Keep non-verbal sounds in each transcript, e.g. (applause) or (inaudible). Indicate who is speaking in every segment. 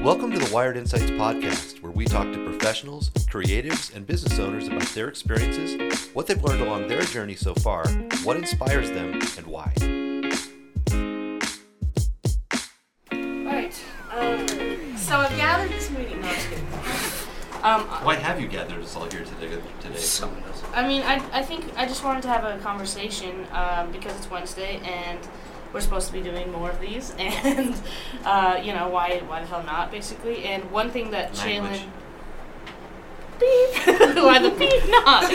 Speaker 1: Welcome to the Wired Insights podcast, where we talk to professionals, creatives, and business owners about their experiences, what they've learned along their journey so far, what inspires them, and why.
Speaker 2: Alright, um, so I've gathered this meeting. No, I'm just kidding. Um, I-
Speaker 1: Why have you gathered us all here today? today?
Speaker 2: I mean, I, I think I just wanted to have a conversation um, because it's Wednesday and we're supposed to be doing more of these, (laughs) and uh, you know why why the hell not basically. And one thing that
Speaker 1: Language.
Speaker 2: Jalen beep (laughs) why the beep not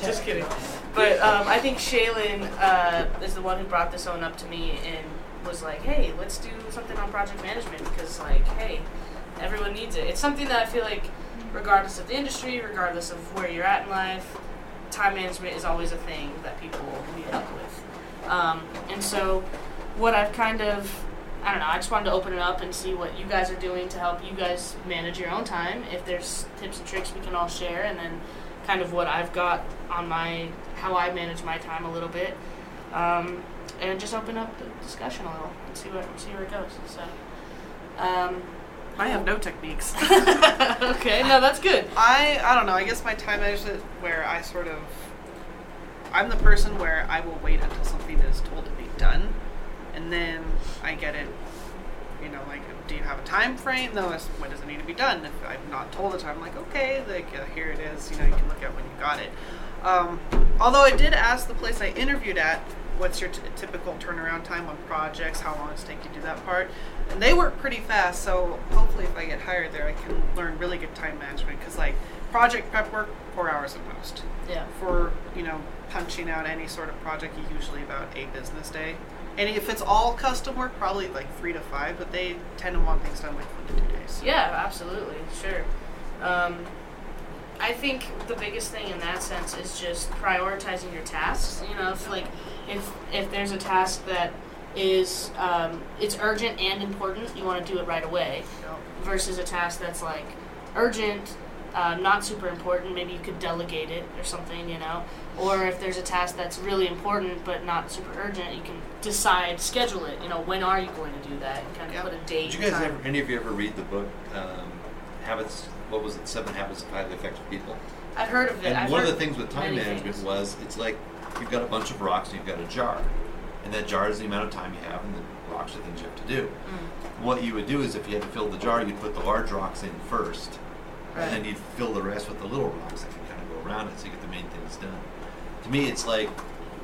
Speaker 2: just kidding. But um, I think Shaylin uh, is the one who brought this on up to me and was like, "Hey, let's do something on project management because, like, hey, everyone needs it. It's something that I feel like, regardless of the industry, regardless of where you're at in life, time management is always a thing that people need help with. Um, and so, what I've kind of, I don't know, I just wanted to open it up and see what you guys are doing to help you guys manage your own time. If there's tips and tricks we can all share, and then kind of what I've got on my, how I manage my time a little bit. Um, and just open up the discussion a little and see where, see where it goes. So, um,
Speaker 3: I have no techniques. (laughs)
Speaker 2: okay, no, that's good.
Speaker 3: I I don't know. I guess my time management where I sort of I'm the person where I will wait until something is told to be done, and then I get it. You know, like, do you have a time frame? No, it's when does it need to be done? If I'm not told the time, I'm like, okay, like uh, here it is. You know, you can look at when you got it. Um, although I did ask the place I interviewed at, what's your t- typical turnaround time on projects? How long does it take to do that part? And they work pretty fast, so hopefully, if I get hired there, I can learn really good time management. Because like project prep work, four hours at most
Speaker 2: Yeah.
Speaker 3: for you know punching out any sort of project usually about a business day and if it's all custom work probably like three to five but they tend to want things done like one to two days
Speaker 2: Yeah, absolutely, sure. Um, I think the biggest thing in that sense is just prioritizing your tasks. You know, if like if if there's a task that is um, it's urgent and important, you want to do it right away.
Speaker 3: So,
Speaker 2: versus a task that's like urgent, uh, not super important. Maybe you could delegate it or something, you know. Or if there's a task that's really important but not super urgent, you can decide schedule it. You know, when are you going to do that? And kind of
Speaker 3: Yeah.
Speaker 2: put a date.
Speaker 4: Did you guys
Speaker 2: time.
Speaker 4: ever, any of you ever read the book um, Habits? What was it? Seven Habits of Highly Effective People.
Speaker 2: I've heard of it.
Speaker 4: And
Speaker 2: I've
Speaker 4: one of the
Speaker 2: heard
Speaker 4: things with time
Speaker 2: many
Speaker 4: management
Speaker 2: things.
Speaker 4: was it's like you've got a bunch of rocks and you've got a jar, and that jar is the amount of time you have, and the rocks are things you have to do. What you would do is if you had to fill the jar, you'd put the large rocks in first, and then you'd fill the rest with the little rocks that can kind of go around it, so you get the main things done. To me, it's like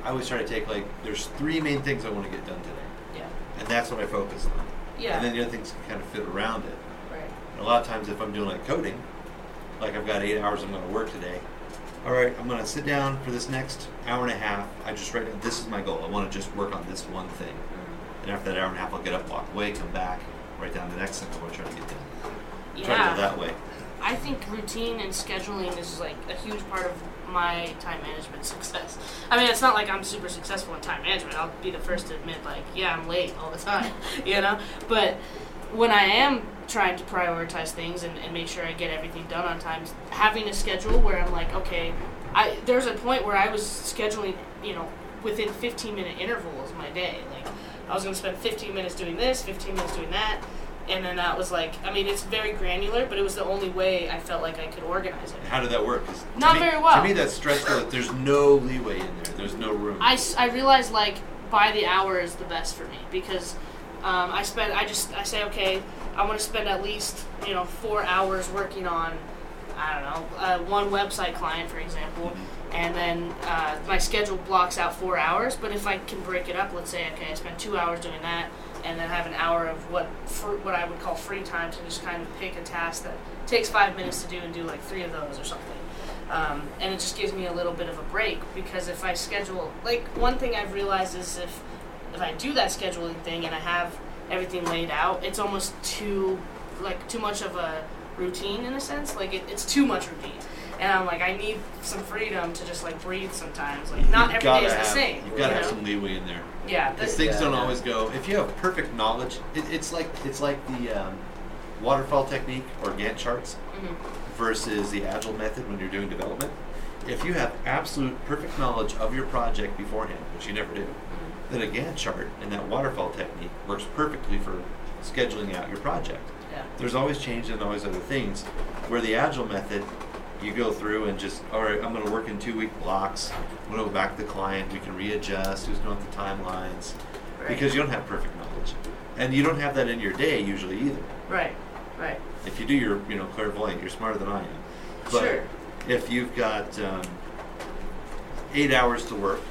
Speaker 4: I always try to take like there's three main things I want to get done today,
Speaker 2: Yeah.
Speaker 4: and that's what I focus on.
Speaker 2: Yeah.
Speaker 4: And then the other things can kind of fit around it.
Speaker 2: right.
Speaker 4: And a lot of times, if I'm doing like coding, like I've got eight hours I'm going to work today. All right, I'm going to sit down for this next hour and a half. I just write down this is my goal. I want to just work on this one thing.
Speaker 2: Mm-hmm.
Speaker 4: And after that hour and a half, I'll get up, walk away, come back, write down the next thing I want to try to get done. Try to
Speaker 2: Yeah.
Speaker 4: go that way.
Speaker 2: I think routine and scheduling is like a huge part of my time management (laughs) success. I mean, it's not like I'm super successful in time management. I'll be the first to admit, like, yeah, I'm late all the time, (laughs) you know? But when I am trying to prioritize things and, and make sure I get everything done on time, having a schedule where I'm like, okay, I there's a point where I was scheduling, you know, within 15 minute intervals my day. Like, I was going to spend 15 minutes doing this, 15 minutes doing that, and then that was like, I mean, it's very granular, but it was the only way I felt like I could organize it.
Speaker 4: And how did that work? 'Cause to
Speaker 2: Not
Speaker 4: me-
Speaker 2: very well.
Speaker 4: To me, that's stressful. that There's no leeway in there. There's no room.
Speaker 2: I, s- I realized like by the hour is the best for me because um, I spend I just I say okay I want to spend at least you know four hours working on I don't know uh, one website client for example and then uh, my schedule blocks out four hours but if I can break it up let's say okay I spend two hours doing that and then have an hour of what for, what I would call free time to just kind of pick a task that takes five minutes to do and do like three of those or something um, and it just gives me a little bit of a break because if I schedule, like one thing I've realized is if if I do that scheduling thing and I have everything laid out, it's almost too like too much of a routine in a sense. Like it, it's too much routine, and I'm like I need some freedom to just like breathe sometimes. Like not
Speaker 4: You've
Speaker 2: every
Speaker 4: gotta
Speaker 2: day is the
Speaker 4: have-
Speaker 2: same.
Speaker 4: You've got to
Speaker 2: you
Speaker 4: have
Speaker 2: know?
Speaker 4: some leeway in there.
Speaker 2: Yeah. th-
Speaker 4: Because things
Speaker 5: Yeah,
Speaker 4: don't
Speaker 5: yeah.
Speaker 4: always go. If you have perfect knowledge, it, it's like it's like the um, waterfall technique or Gantt charts
Speaker 2: mhm.
Speaker 4: versus the agile method when you're doing development. If you have absolute perfect knowledge of your project beforehand, which you never do, then a Gantt chart and that waterfall technique works perfectly for scheduling out your project.
Speaker 2: Yeah.
Speaker 4: There's always change and always other things. Where the agile method, you go through and just, all right, I'm going to work in two week blocks. I'm going to go back to the client. We can readjust who's doing the timelines
Speaker 2: Right.
Speaker 4: because you don't have perfect knowledge. And you don't have that in your day usually either.
Speaker 2: Right. Right.
Speaker 4: If you do, you're you know clairvoyant. You're smarter than I am. But
Speaker 2: Sure.
Speaker 4: if you've got um, eight hours to work,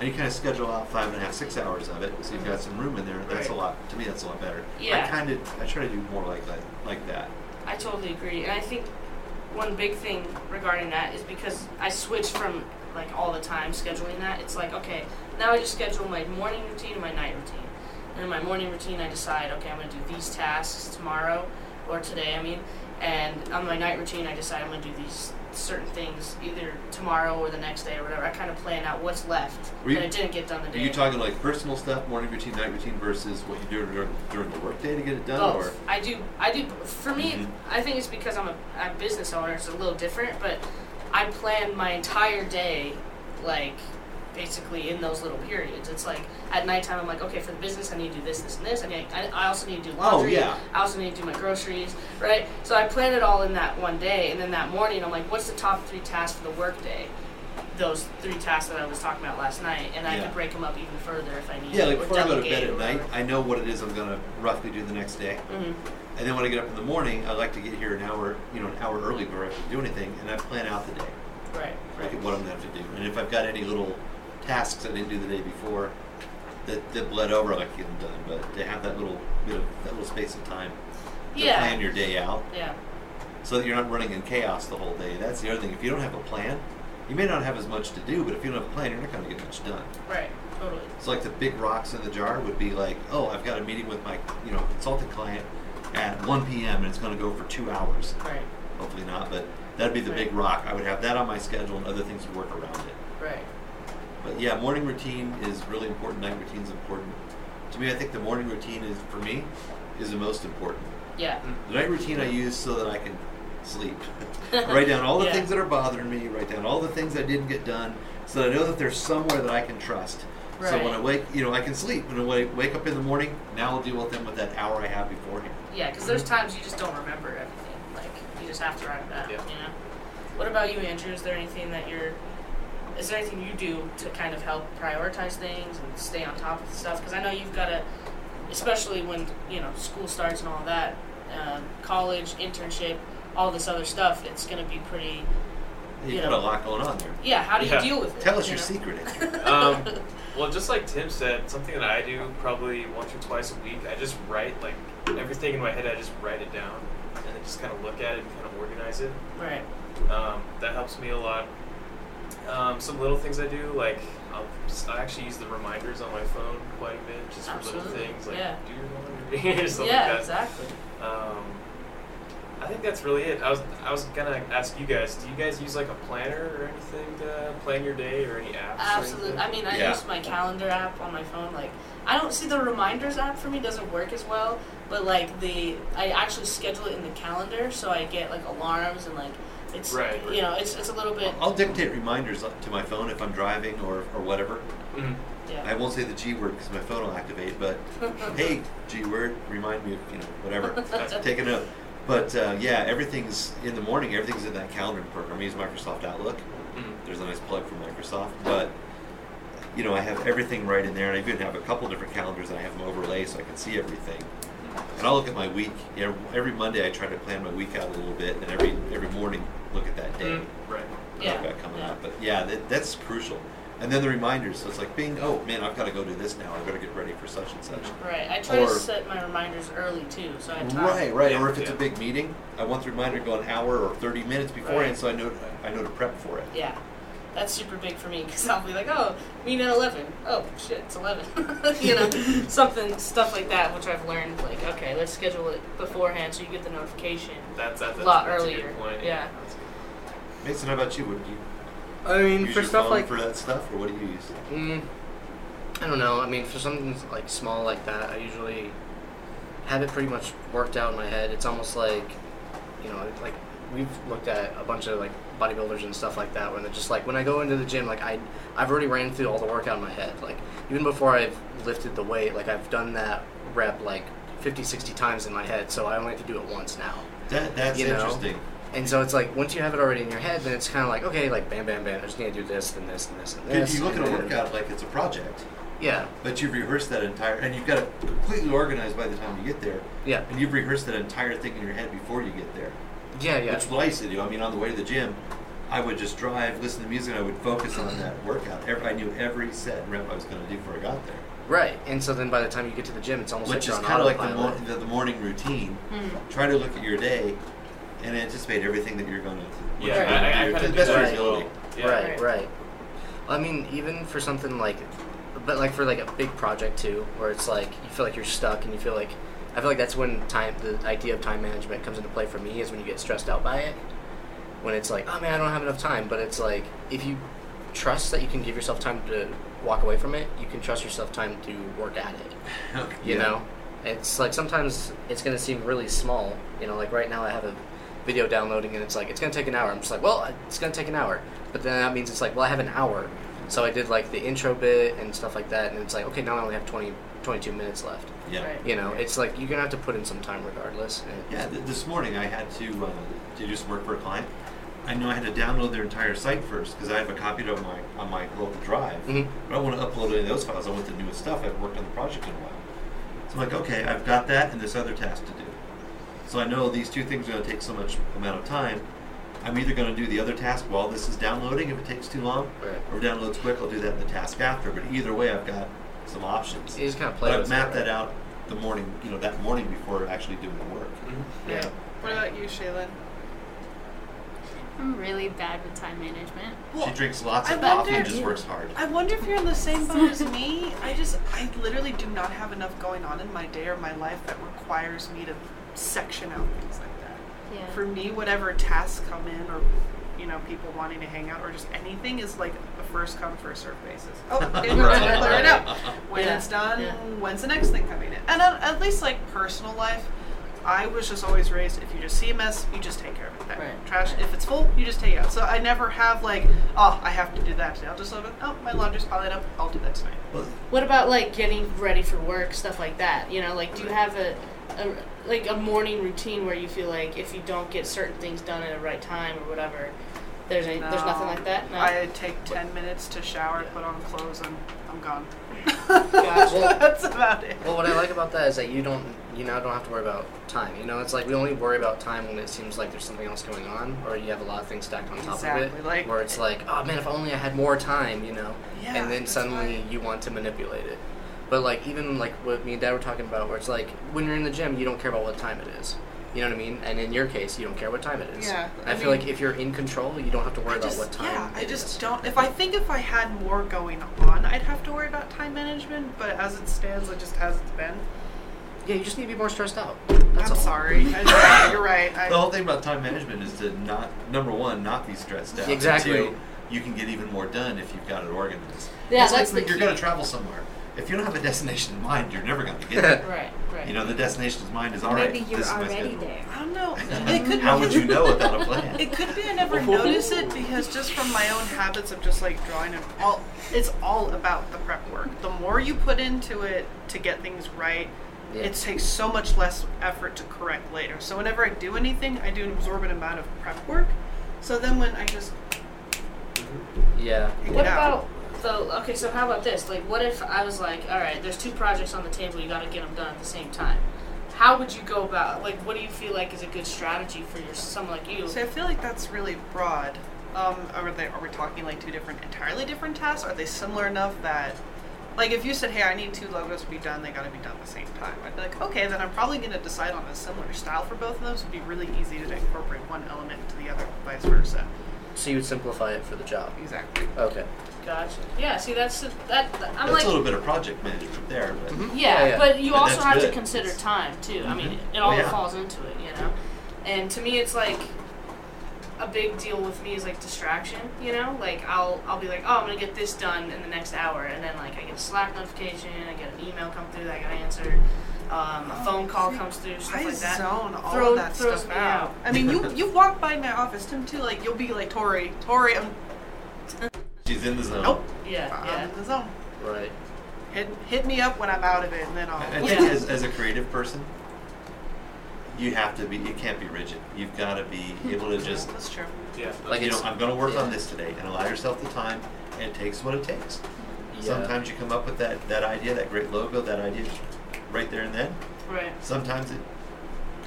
Speaker 4: and you kind of schedule out five and a half, six hours of it, so you've got some room in there. That's a
Speaker 2: Right.
Speaker 4: lot. To me, that's a lot better.
Speaker 2: Yeah.
Speaker 4: I kind of I try to do more like that, like that.
Speaker 2: I totally agree, and I think one big thing regarding that is because I switched from like all the time scheduling that. It's like okay, now I just schedule my morning routine and my night routine, and in my morning routine I decide okay I'm gonna do these tasks tomorrow or today I mean, and on my night routine I decide I'm gonna do these certain things either tomorrow or the next day or whatever. I kind of plan out what's left
Speaker 4: Were you-
Speaker 2: that I didn't get done the
Speaker 4: Are
Speaker 2: day.
Speaker 4: you talking like personal stuff, morning routine, night routine, versus what you do during, during the workday to get it done,
Speaker 2: both.
Speaker 4: or
Speaker 2: I do. I do. both. For me,
Speaker 4: Mhm.
Speaker 2: I think it's because I'm a, a business owner. It's a little different, but I plan my entire day, like basically in those little periods. It's like at nighttime, I'm like, okay, for the business, I need to do this, this, and this. I need. I, I also need to do laundry.
Speaker 4: Oh, yeah.
Speaker 2: I also need to do my groceries, right? So I plan it all in that one day, and then that morning, I'm like, what's the top three tasks for the workday? Those three tasks that I was talking about last night, and I
Speaker 4: Yeah.
Speaker 2: could break them up even further if I need.
Speaker 4: yeah,
Speaker 2: to,
Speaker 4: like
Speaker 2: or
Speaker 4: before I go to
Speaker 2: delegate
Speaker 4: bed
Speaker 2: or
Speaker 4: at night,
Speaker 2: whatever.
Speaker 4: I know what it is I'm going to roughly do the next day.
Speaker 2: Mhm.
Speaker 4: And then when I get up in the morning, I like to get here an hour, you know, an hour early before I have to do anything, and I plan out the day,
Speaker 2: Right.
Speaker 4: like what I'm gonna have to do. And if I've got any little tasks I didn't do the day before that, that bled over, I like to get them done. But to have that little bit of that little space of time to
Speaker 2: Yeah.
Speaker 4: plan your day out,
Speaker 2: Yeah.
Speaker 4: so that you're not running in chaos the whole day. That's the other thing. If you don't have a plan, you may not have as much to do, but if you don't have a plan, you're not gonna get much done.
Speaker 2: Right, totally.
Speaker 4: So like the big rocks in the jar would be like, oh, I've got a meeting with my you know consulting client at 1 p.m. and it's gonna go for two hours.
Speaker 2: Right,
Speaker 4: Hopefully not, but that'd be the big
Speaker 2: Right.
Speaker 4: rock. I would have that on my schedule and other things to work around it.
Speaker 2: right.
Speaker 4: But yeah, morning routine is really important. Night routine's important. To me, I think the morning routine is for me is the most important.
Speaker 2: Yeah,
Speaker 5: Mm.
Speaker 4: The night routine I use so that I can sleep. (laughs) I write down all the
Speaker 2: (laughs) Yeah.
Speaker 4: things that are bothering me. Write down all the things I didn't get done, so that I know that there's somewhere that I can trust. So when
Speaker 2: Right.
Speaker 4: I wake, you know, I can sleep. When I wake, wake up in the morning, now I'll deal with them with that hour I have beforehand.
Speaker 2: yeah, because there's times you just don't remember everything. Like, you just have to write it down,
Speaker 1: Yeah.
Speaker 2: you know? What about you, Andrew? Is there anything that you're. Is there anything you do to kind of help prioritize things and stay on top of stuff? Because I know you've got to, especially when, you know, school starts and all that, um, college, internship, all this other stuff, it's going to be pretty.
Speaker 4: You
Speaker 2: Yeah.
Speaker 4: got a lot going on there.
Speaker 2: Yeah, how do you
Speaker 5: Yeah.
Speaker 2: deal with it?
Speaker 4: Tell us
Speaker 2: you
Speaker 4: your
Speaker 2: know?
Speaker 4: secret. Andrew.
Speaker 2: (laughs)
Speaker 5: Um, well, just like Tim said, something that I do probably once or twice a week, I just write like everything in my head. I just write it down and then just kind of look at it and kind of organize it.
Speaker 2: Right,
Speaker 5: Um, that helps me a lot. Um, some little things I do, like I'll, I actually use the reminders on my phone quite a bit, just for
Speaker 2: Absolutely,
Speaker 5: little things like
Speaker 2: yeah.
Speaker 5: do your laundry (laughs) or something
Speaker 2: yeah,
Speaker 5: like that.
Speaker 2: exactly.
Speaker 5: Um, I think that's really it. I was I was gonna ask you guys. Do you guys use like a planner or anything to plan your day or any apps?
Speaker 2: Absolutely.
Speaker 5: Or anything?
Speaker 2: I mean, I
Speaker 4: Yeah.
Speaker 2: use my calendar app on my phone. Like, I don't see the reminders app for me doesn't work as well. But like the, I actually schedule it in the calendar, so I get like alarms and like it's
Speaker 5: Right.
Speaker 2: you know it's it's a little bit
Speaker 4: I'll dictate reminders to my phone if I'm driving or, or whatever.
Speaker 5: Mhm.
Speaker 4: I
Speaker 2: yeah.
Speaker 4: won't say the G word because my phone will activate, but hey, G word, remind me of, you know, whatever. Take a note. But uh, yeah, everything's in the morning, everything's in that calendar program. I use Microsoft Outlook.
Speaker 5: Mhm.
Speaker 4: There's a nice plug for Microsoft. But, you know, I have everything right in there, and I even have a couple different calendars and I have them overlay so I can see everything. And I'll look at my week. You know, Every Monday, I try to plan my week out a little bit, and every, every morning, look at that day
Speaker 5: Mhm. Right.
Speaker 4: yeah.
Speaker 2: Yeah.
Speaker 4: I've got coming
Speaker 2: Yeah.
Speaker 4: up. But yeah, that, that's crucial. And then the reminders. So it's like, bing, oh man, I've got to go do this now. I better get ready for such and such.
Speaker 2: right. I try
Speaker 4: Or-
Speaker 2: to set my reminders early too, so I have time.
Speaker 4: Right, right.
Speaker 5: Yeah,
Speaker 4: or if it's a
Speaker 5: yeah.
Speaker 4: big meeting, I want the reminder to go an hour or 30 minutes beforehand
Speaker 2: Right.
Speaker 4: so I know, I know to prep for it.
Speaker 2: Yeah. That's super big for me because (laughs) I'll be like, oh, meeting at 11. Oh, shit, it's 11. (laughs) you
Speaker 4: (laughs)
Speaker 2: know, something, stuff like that, which I've learned. Like, okay, let's schedule it beforehand so you get the notification.
Speaker 5: That's that's, that's,
Speaker 2: Lot
Speaker 5: that's a
Speaker 2: earlier.
Speaker 5: good point.
Speaker 2: Yeah.
Speaker 5: That's good.
Speaker 4: Mason, how about you? Would you
Speaker 6: I mean,
Speaker 4: use
Speaker 6: for
Speaker 4: your
Speaker 6: stuff
Speaker 4: phone
Speaker 6: like
Speaker 4: for that stuff, or what do you use?
Speaker 6: Mm, I don't know. I mean, for something like small like that, I usually have it pretty much worked out in my head. It's almost like, you know, like we've looked at a bunch of like bodybuilders and stuff like that, where they're just like, when I go into the gym, like I, I've already ran through all the workout in my head. Like even before I've lifted the weight, like I've done that rep like 50, 60 times in my head, so I only have to do it once now.
Speaker 4: That that's
Speaker 6: You know?
Speaker 4: interesting.
Speaker 6: And so it's like once you have it already in your head, then it's kind of like okay, like bam, bam, bam. I just need to do this and this and this and
Speaker 4: Because
Speaker 6: this.
Speaker 4: you look at
Speaker 6: and
Speaker 4: a
Speaker 6: then-
Speaker 4: workout like it's a project,
Speaker 6: Yeah,
Speaker 4: but you've rehearsed that entire, and you've got it completely organized by the time you get there,
Speaker 6: yeah,
Speaker 4: and you've rehearsed that entire thing in your head before you get there.
Speaker 6: yeah, yeah.
Speaker 4: Which what I used to do. I mean, on the way to the gym, I would just drive, listen to music, and I would focus on that workout. Every, I knew every set and rep I was going to do before I got there,
Speaker 6: Right. And so then by the time you get to the gym, it's almost
Speaker 4: which
Speaker 6: like
Speaker 4: is
Speaker 6: you're
Speaker 4: kind
Speaker 6: on
Speaker 4: of like the, mor-
Speaker 6: autopilot.
Speaker 4: the, the morning routine.
Speaker 2: Mm.
Speaker 4: Try to look at your day and anticipate everything that you're going to.
Speaker 5: Yeah,
Speaker 6: Right.
Speaker 5: I, I, I
Speaker 4: do
Speaker 5: kind
Speaker 4: to
Speaker 5: of
Speaker 4: the
Speaker 5: do
Speaker 4: best of
Speaker 5: that
Speaker 4: your
Speaker 5: as well.
Speaker 4: ability.
Speaker 6: (laughs)
Speaker 5: Yeah.
Speaker 6: Right, right. I mean, even for something like, but like for like a big project too, where it's like you feel like you're stuck and you feel like, I feel like that's when time, the idea of time management comes into play for me is when you get stressed out by it. When it's like, oh man, I don't have enough time. But it's like, if you trust that you can give yourself time to walk away from it, you can trust yourself time to work at it. you
Speaker 4: Yeah.
Speaker 6: know it's like sometimes it's going to seem really small you know like right now i have a video downloading and it's like it's going to take an hour i'm just like well it's going to take an hour but then that means it's like well i have an hour so i did like the intro bit and stuff like that and it's like okay now i only have 20 22 minutes left
Speaker 4: Yeah.
Speaker 3: Right.
Speaker 6: you know it's like you're going to have to put in some time regardless and
Speaker 4: Yeah, th- this morning I had to, uh, to do some work for a client. I knew I had to download their entire site first because I have a copy on my on my local drive.
Speaker 6: (laughs) Mhm.
Speaker 4: But I want to upload any of those files. I want the newest stuff. I haven't worked on the project in a while. So I'm like, okay, I've got that and this other task to do. So I know these two things are going to take so much amount of time. I'm either going to do the other task while this is downloading if it takes too long,
Speaker 6: Right.
Speaker 4: or if it downloads quick, I'll do that in the task after. But either way, I've got some options.
Speaker 6: you just kind of play
Speaker 4: But I've
Speaker 6: with
Speaker 4: mapped
Speaker 6: it,
Speaker 4: that
Speaker 6: right?
Speaker 4: out the morning, you know, that morning before actually doing the work.
Speaker 5: Mhm.
Speaker 6: yeah
Speaker 3: What about you, Shaylin?
Speaker 7: I'm really bad with time management.
Speaker 4: She drinks lots
Speaker 3: I
Speaker 4: of coffee and
Speaker 3: wondered-
Speaker 4: just works hard.
Speaker 3: I wonder if you're in the same boat as me. I just, I literally do not have enough going on in my day or my life that requires me to section out things like that.
Speaker 7: Yeah.
Speaker 3: For me, whatever tasks come in or, you know, people wanting to hang out or just anything is like a first come, first served basis. Oh, (laughs) it was
Speaker 4: Right.
Speaker 3: clear it out. (laughs) When
Speaker 2: Yeah,
Speaker 3: it's done,
Speaker 2: yeah.
Speaker 3: when's the next thing coming in? And uh, at least like personal life, I was just always raised if you just see a mess, you just take care of it. That
Speaker 2: Right.
Speaker 3: Trash, if it's full, you just take it out. So I never have like, oh, I have to do that today. I'll just live it. Oh, my laundry's piling up. I'll do that tonight.
Speaker 4: Well,
Speaker 2: What about like getting ready for work, stuff like that? You know, like do you have a, a like a morning routine where you feel like if you don't get certain things done at the right time or whatever, there's any, there's nothing like that. No.
Speaker 3: I take 10 minutes to shower, put on clothes, and I'm gone. (laughs)
Speaker 4: (laughs)
Speaker 6: Well-
Speaker 3: That's about it.
Speaker 6: Well, what I like about that is that you don't, you now don't have to worry about time. You know, it's like we only worry about time when it seems like there's something else going on, or you have a lot of things stacked on top of
Speaker 3: Exactly,
Speaker 6: it,
Speaker 3: like-
Speaker 6: where it's like, oh man, if only I had more time, you know.
Speaker 3: Yeah,
Speaker 6: and then
Speaker 3: that's
Speaker 6: suddenly
Speaker 3: why-
Speaker 6: you want to manipulate it. But like even like what me and Dad were talking about, where it's like when you're in the gym, you don't care about what time it is. You know what I mean? And in your case, you don't care what time it is.
Speaker 3: Yeah,
Speaker 6: I,
Speaker 3: I
Speaker 6: feel
Speaker 3: mean-
Speaker 6: like if you're in control, you don't have to
Speaker 3: I
Speaker 6: worry about
Speaker 3: just-
Speaker 6: what time.
Speaker 3: Yeah, I
Speaker 6: it
Speaker 3: just
Speaker 6: is.
Speaker 3: don't. If I think if I had more going on, I'd have to worry about time management. But as it stands, it just as it's been.
Speaker 6: Yeah, you just need to be more stressed out. That's
Speaker 3: I'm
Speaker 6: all.
Speaker 3: sorry. I, you're right. I,
Speaker 4: the whole thing about time management is to not, number one, not be stressed out. and
Speaker 6: Exactly.
Speaker 4: Two, you can get even more done if you've got it organized.
Speaker 2: yeah,
Speaker 4: It's like
Speaker 2: that's the
Speaker 4: when you're
Speaker 2: key.
Speaker 4: going to travel somewhere. If you don't have a destination in mind, you're never going to get there.
Speaker 2: Right, right.
Speaker 4: You know, the destination in mind is all right.
Speaker 7: Maybe you're
Speaker 4: this is my
Speaker 7: already
Speaker 4: schedule. (laughs)
Speaker 7: there.
Speaker 3: I don't
Speaker 6: (laughs)
Speaker 3: know. It could
Speaker 4: How
Speaker 3: be,
Speaker 4: would you know without a
Speaker 2: (laughs)
Speaker 3: (laughs)
Speaker 4: plan?
Speaker 3: It could be I never notice it because just from my own habits of just like drawing and all, it's all about the prep work. The more you put into it to get things right,
Speaker 6: Yeah.
Speaker 3: it takes so much less effort to correct later. So whenever I do anything, I do an absorbent amount of prep work. So then when I just
Speaker 6: Yeah.
Speaker 3: pick
Speaker 2: What
Speaker 3: it out,
Speaker 2: about so okay? So how about this? Like, what if I was like, all right, there's two projects on the table. You got to get them done at the same time. How would you go about? Like, what do you feel like is a good strategy for your someone like you?
Speaker 3: So I feel like that's really broad. Um, are they are we talking like two different, entirely different tasks? Are they similar enough that, like, if you said, "Hey, I need two logos to be done. They got to be done at the same time." I'd be like, "Okay, then I'm probably going to decide on a similar style for both of those. It'd be really easy to incorporate one element into the other, vice versa."
Speaker 6: So you would simplify it for the job.
Speaker 3: Exactly.
Speaker 6: Okay.
Speaker 2: Gotcha. Yeah. See, that's the- that. I'm
Speaker 4: That's
Speaker 2: like,
Speaker 4: a little bit of project management there, but
Speaker 2: Yeah,
Speaker 6: Yeah, yeah.
Speaker 2: but you
Speaker 4: And
Speaker 2: also
Speaker 4: that's
Speaker 2: have
Speaker 4: good.
Speaker 2: to consider time too. I mean,
Speaker 4: Mhm.
Speaker 2: it all
Speaker 4: Oh, yeah.
Speaker 2: falls into it, you know. And to me, it's like a big deal with me is like distraction. You know, like I'll I'll be like, oh, I'm gonna get this done in the next hour, and then like I get a Slack notification, I get an email come through that I gotta answer, um, a phone call
Speaker 3: Oh, see,
Speaker 2: comes through, stuff
Speaker 3: I
Speaker 2: like that.
Speaker 3: zone all
Speaker 2: Throw-
Speaker 3: of that
Speaker 2: throws
Speaker 3: stuff
Speaker 2: me
Speaker 3: out.
Speaker 2: out.
Speaker 3: I mean, you you walk by my office, Tim too. Like you'll be like Tori, Tori, I'm
Speaker 4: she's in the zone.
Speaker 3: nope,
Speaker 2: Yeah,
Speaker 3: I'm
Speaker 2: yeah.
Speaker 3: in the zone.
Speaker 6: Right.
Speaker 3: Hit, hit me up when I'm out of it, and then I'll.
Speaker 4: I I think as, as a creative person, you have to be. You can't be rigid. You've got to be
Speaker 2: Hmm.
Speaker 4: able to
Speaker 3: (laughs)
Speaker 4: just.
Speaker 3: That's true.
Speaker 5: Yeah.
Speaker 6: Like
Speaker 4: you know,
Speaker 6: it's-
Speaker 4: I'm going to work on
Speaker 6: yeah.
Speaker 4: this today, and allow yourself the time. And it takes what it takes.
Speaker 6: Yeah.
Speaker 4: Sometimes you come up with that that idea, that great logo, that idea, right there and then.
Speaker 2: Right.
Speaker 4: Sometimes it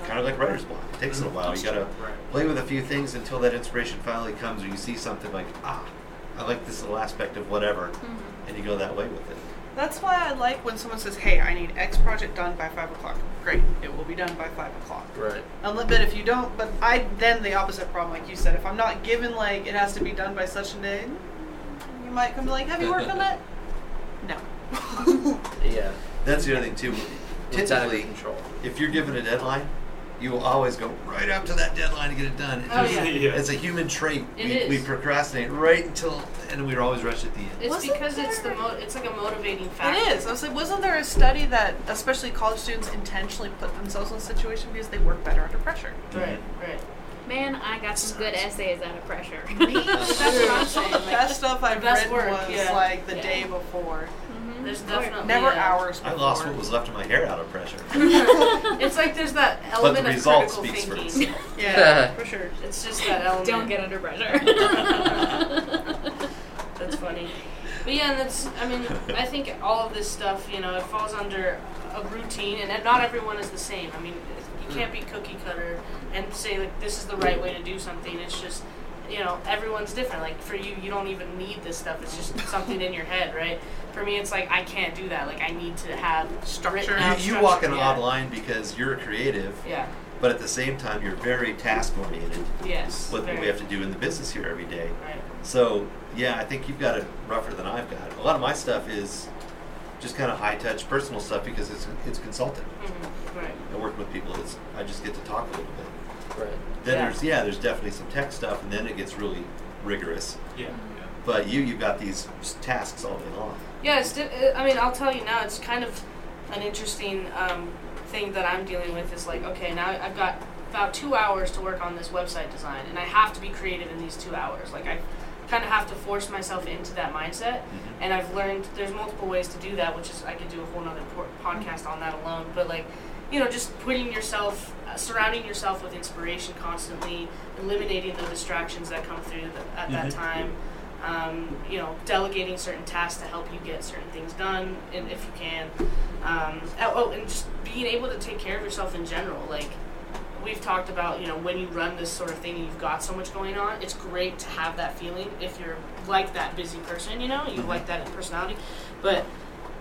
Speaker 4: kind of like writer's block. It takes it a while. You got to
Speaker 5: Right.
Speaker 4: play with a few things until that inspiration finally comes, or you see something like, ah, I like this little aspect of whatever,
Speaker 6: Mm-hmm.
Speaker 4: and you go that way with it.
Speaker 3: That's why I like when someone says, "Hey, I need X project done by five o'clock." Great, it will be done by five o'clock.
Speaker 6: Right.
Speaker 3: Unless, but if you don't, but I then the opposite problem, like you said, if I'm not given like it has to be done by such a day, you might come like, "Have you worked
Speaker 2: (laughs)
Speaker 3: on that?" No.
Speaker 6: Yeah.
Speaker 4: That's the other thing too.
Speaker 6: It's out of
Speaker 4: Typically, (laughs)
Speaker 6: control.
Speaker 4: if you're given a deadline, you will always go right up to that deadline to get it done. It's
Speaker 2: Oh,
Speaker 4: just-
Speaker 2: yeah.
Speaker 5: (laughs) Yeah.
Speaker 4: It's a human trait.
Speaker 2: It
Speaker 4: we,
Speaker 2: is.
Speaker 4: we procrastinate right until, and we're always rushed at the end.
Speaker 2: It's
Speaker 3: Wasn't
Speaker 2: because it's the
Speaker 3: there-
Speaker 2: mo- it's like a motivating factor.
Speaker 3: It is. I was like, wasn't there a study that especially college students intentionally put themselves in a situation because they work better under pressure?
Speaker 2: Right. Right.
Speaker 7: Man, I got some good essays out of pressure.
Speaker 2: (laughs)
Speaker 7: (laughs)
Speaker 2: That's what I'm saying.
Speaker 3: The
Speaker 2: Like,
Speaker 3: best stuff I've
Speaker 2: best
Speaker 3: written
Speaker 2: work,
Speaker 3: was
Speaker 2: yeah.
Speaker 3: like the
Speaker 7: Yeah.
Speaker 3: day before,
Speaker 2: There's definitely
Speaker 3: Mm-hmm. never
Speaker 2: yeah.
Speaker 3: hours. Before.
Speaker 4: I lost what was left of my hair out of pressure.
Speaker 2: It's like there's that
Speaker 4: but the
Speaker 2: element of
Speaker 4: result
Speaker 2: critical
Speaker 4: speaks for
Speaker 2: thinking.
Speaker 4: itself. (laughs)
Speaker 3: Yeah, for sure.
Speaker 2: It's just that element.
Speaker 7: Don't get under pressure.
Speaker 2: That's funny. But yeah, and that's, I mean, I think all of this stuff, you know, it falls under a routine, and not everyone is the same. I mean, you can't be cookie cutter and say, like, this is the right way to do something. It's just, you know, everyone's different. Like, for you, you don't even need this stuff. It's just something in your head, right? For me, it's like, I can't do that. Like, I need to have
Speaker 3: Structure.
Speaker 2: written out
Speaker 4: You, you walk an
Speaker 2: structure.
Speaker 4: odd line because you're creative,
Speaker 2: Yeah.
Speaker 4: but at the same time, you're very task oriented
Speaker 2: yeah. Yes.
Speaker 4: with what
Speaker 2: very.
Speaker 4: we have to do in the business here every day.
Speaker 2: Right.
Speaker 4: So yeah, I think you've got it rougher than I've got. A lot of my stuff is just kind of high touch personal stuff because it's it's consulting
Speaker 2: hmm Right.
Speaker 4: and working with people. It's I just get to talk a little bit.
Speaker 6: Right.
Speaker 4: Then
Speaker 2: Yeah.
Speaker 4: there's yeah, there's definitely some tech stuff, and then it gets really rigorous.
Speaker 5: Yeah. yeah.
Speaker 4: But you you've got these s- tasks all day long.
Speaker 2: Yeah, it's. Di- uh, I mean, I'll tell you now. It's kind of an interesting um, thing that I'm dealing with. Is like, okay, now I've got about two hours to work on this website design, and I have to be creative in these two hours. Like, I kind of have to force myself into that mindset. And I've learned there's multiple ways to do that, which is I could do a whole nother por- podcast on that alone. But like, you know, just putting yourself, uh, surrounding yourself with inspiration constantly, eliminating the distractions that come through the, at that
Speaker 4: Mhm.
Speaker 2: time um, you know, delegating certain tasks to help you get certain things done, and if you can, um, oh, oh, and just being able to take care of yourself in general. Like we've talked about, you know, when you run this sort of thing and you've got so much going on, it's great to have that feeling. If you're like that busy person, you know, you
Speaker 4: Mm-hmm.
Speaker 2: like that personality, but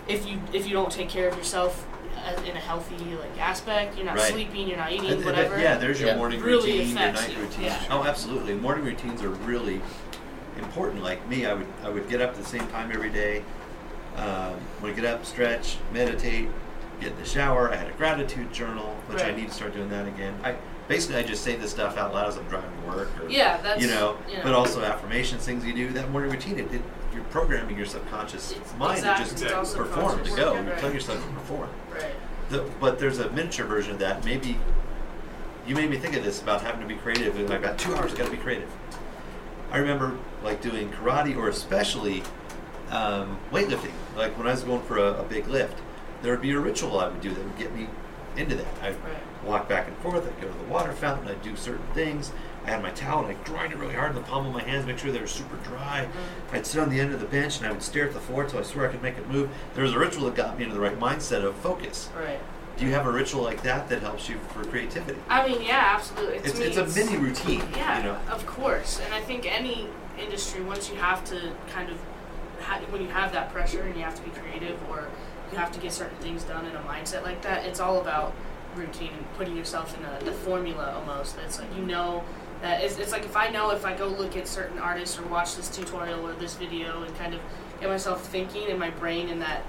Speaker 2: if you if you don't take care of yourself uh, in a healthy like aspect, you're not
Speaker 4: Right.
Speaker 2: sleeping, you're not eating,
Speaker 4: And- and that-
Speaker 2: whatever.
Speaker 4: yeah, there's your
Speaker 6: Yeah.
Speaker 4: morning
Speaker 2: Really
Speaker 4: routine, your
Speaker 2: affects
Speaker 4: night
Speaker 2: you,
Speaker 4: routine.
Speaker 2: yeah.
Speaker 4: Oh, absolutely. Morning routines are really important. Like me, I would I would get up at the same time every day. Um, would get up, stretch, meditate, get in the shower. I had a gratitude journal, which I
Speaker 2: Right.
Speaker 4: need to start doing that again. I basically I just say this stuff out loud as I'm driving to work. Or,
Speaker 2: Yeah, that's-
Speaker 4: you know,
Speaker 2: you know.
Speaker 4: But also affirmations, things you do. That morning routine, it, it you're programming your subconscious
Speaker 2: It's-
Speaker 4: mind
Speaker 2: exact-
Speaker 4: to
Speaker 5: it's all
Speaker 4: just perform to
Speaker 2: subconscious.
Speaker 4: go.
Speaker 2: Yeah,
Speaker 4: You're
Speaker 2: right.
Speaker 4: telling yourself to perform.
Speaker 2: Right.
Speaker 4: The, but there's a miniature version of that. Maybe you made me think of this about having to be creative. And I've got two hours. Got to be creative. I remember like doing karate or especially um, weightlifting. Like when I was going for a, a big lift, there would be a ritual I would do that would get me into that. I'd
Speaker 2: Right.
Speaker 4: walk back and forth. I'd go to the water fountain. I'd do certain things. I had my towel and I'd grind it really hard in the palm of my hands, make sure they were super dry. I'd sit on the end of the bench and I would stare at the floor till I swear I could make it move. There was a ritual that got me into the right mindset of focus.
Speaker 2: Right.
Speaker 4: Do you have a ritual like that that helps you for creativity?
Speaker 2: I mean, yeah, absolutely.
Speaker 4: It's,
Speaker 2: to me,
Speaker 4: it's a mini routine,
Speaker 2: Yeah,
Speaker 4: you know.
Speaker 2: of course. And I think any industry, once you have to kind of, ha- when you have that pressure and you have to be creative or you have to get certain things done in a mindset like that, it's all about routine and putting yourself in a, a formula almost. It's like you know that it's, it's like if I know if I go look at certain artists or watch this tutorial or this video and kind of get myself thinking in my brain and that.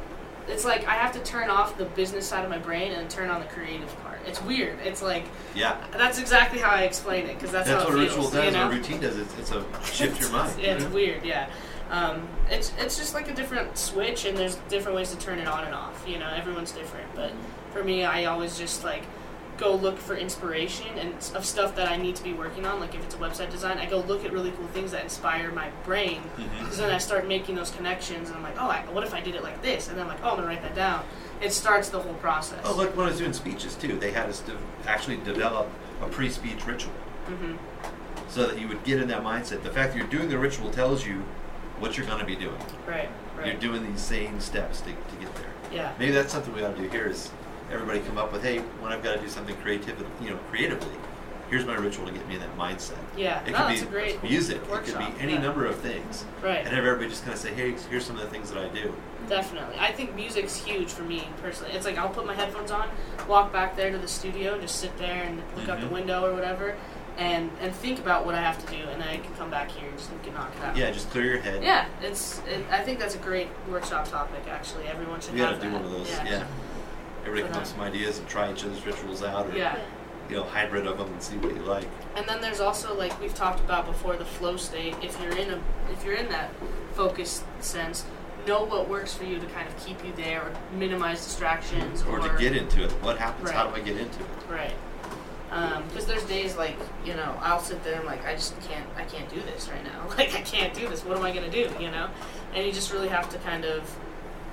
Speaker 2: It's like I have to turn off the business side of my brain and turn on the creative part. It's weird. It's like
Speaker 4: Yeah.
Speaker 2: that's exactly how I explain it because that's,
Speaker 4: That's
Speaker 2: how
Speaker 4: what
Speaker 2: it
Speaker 4: a
Speaker 2: feels,
Speaker 4: ritual does,
Speaker 2: You know?
Speaker 4: what a routine does. It's, it's a shift your mind.
Speaker 2: Yeah, it's
Speaker 4: Mhm.
Speaker 2: weird. Yeah, um, it's it's just like a different switch, and there's different ways to turn it on and off. You know, everyone's different. But for me, I always just like go look for inspiration and s- of stuff that I need to be working on. Like if it's a website design, I go look at really cool things that inspire my brain.
Speaker 4: Mm-hmm.
Speaker 2: Because then I start making those connections, and I'm like, oh, I, what if I did it like this? And then I'm like, oh, I'm gonna write that down. It starts the whole process.
Speaker 4: Oh, look, when I was doing speeches too, they had us de- actually develop a pre-speech ritual
Speaker 2: hmm
Speaker 4: so that you would get in that mindset. The fact that you're doing the ritual tells you what you're going to be doing.
Speaker 2: Right. Right.
Speaker 4: You're doing these same steps to, to get there.
Speaker 2: yeah.
Speaker 4: Maybe that's something we ought to do here is everybody come up with, hey, when I've got to do something creative, you know, creatively, here's my ritual to get me in that mindset.
Speaker 2: Yeah.
Speaker 4: It
Speaker 2: no,
Speaker 4: could
Speaker 2: that's
Speaker 4: be
Speaker 2: a great
Speaker 4: music. It
Speaker 2: workshop.
Speaker 4: could be any
Speaker 2: yeah.
Speaker 4: number of things.
Speaker 2: Right.
Speaker 4: And have everybody just kind of say, hey, here's some of the things that I do.
Speaker 2: Definitely. I think music's huge for me personally. It's like I'll put my headphones on, walk back there to the studio, and just sit there and look out the
Speaker 4: Mhm.
Speaker 2: window or whatever, and and think about what I have to do, and then I can come back here and just and knock it out.
Speaker 4: Yeah, just clear your head.
Speaker 2: Yeah, it's. It, I think that's a great workshop topic. Actually, everyone should
Speaker 4: We
Speaker 2: have
Speaker 4: gotta do
Speaker 2: that.
Speaker 4: one of those. Yeah. Everybody
Speaker 2: For
Speaker 4: come up
Speaker 2: that.
Speaker 4: with some ideas and try each other's rituals out, or
Speaker 2: Yeah.
Speaker 4: you know, hybrid of them and see what you like.
Speaker 2: And then there's also like we've talked about before the flow state. If you're in a if you're in that focused sense, know what works for you to kind of keep you there or minimize distractions
Speaker 4: Or to get into it. What happens? How do
Speaker 2: Right.
Speaker 4: I get into it?
Speaker 2: Right. Because there's days like you know I'll sit there and like I just can't I can't do this right now (laughs) like I can't do this what am I gonna do you know and you just really have to kind of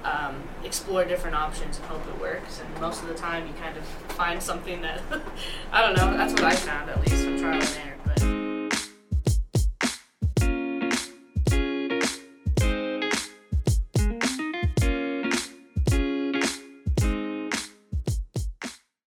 Speaker 2: um, explore different options and hope it works and (laughs) most of the time you kind of find something that I don't know that's what I found at least from trial and error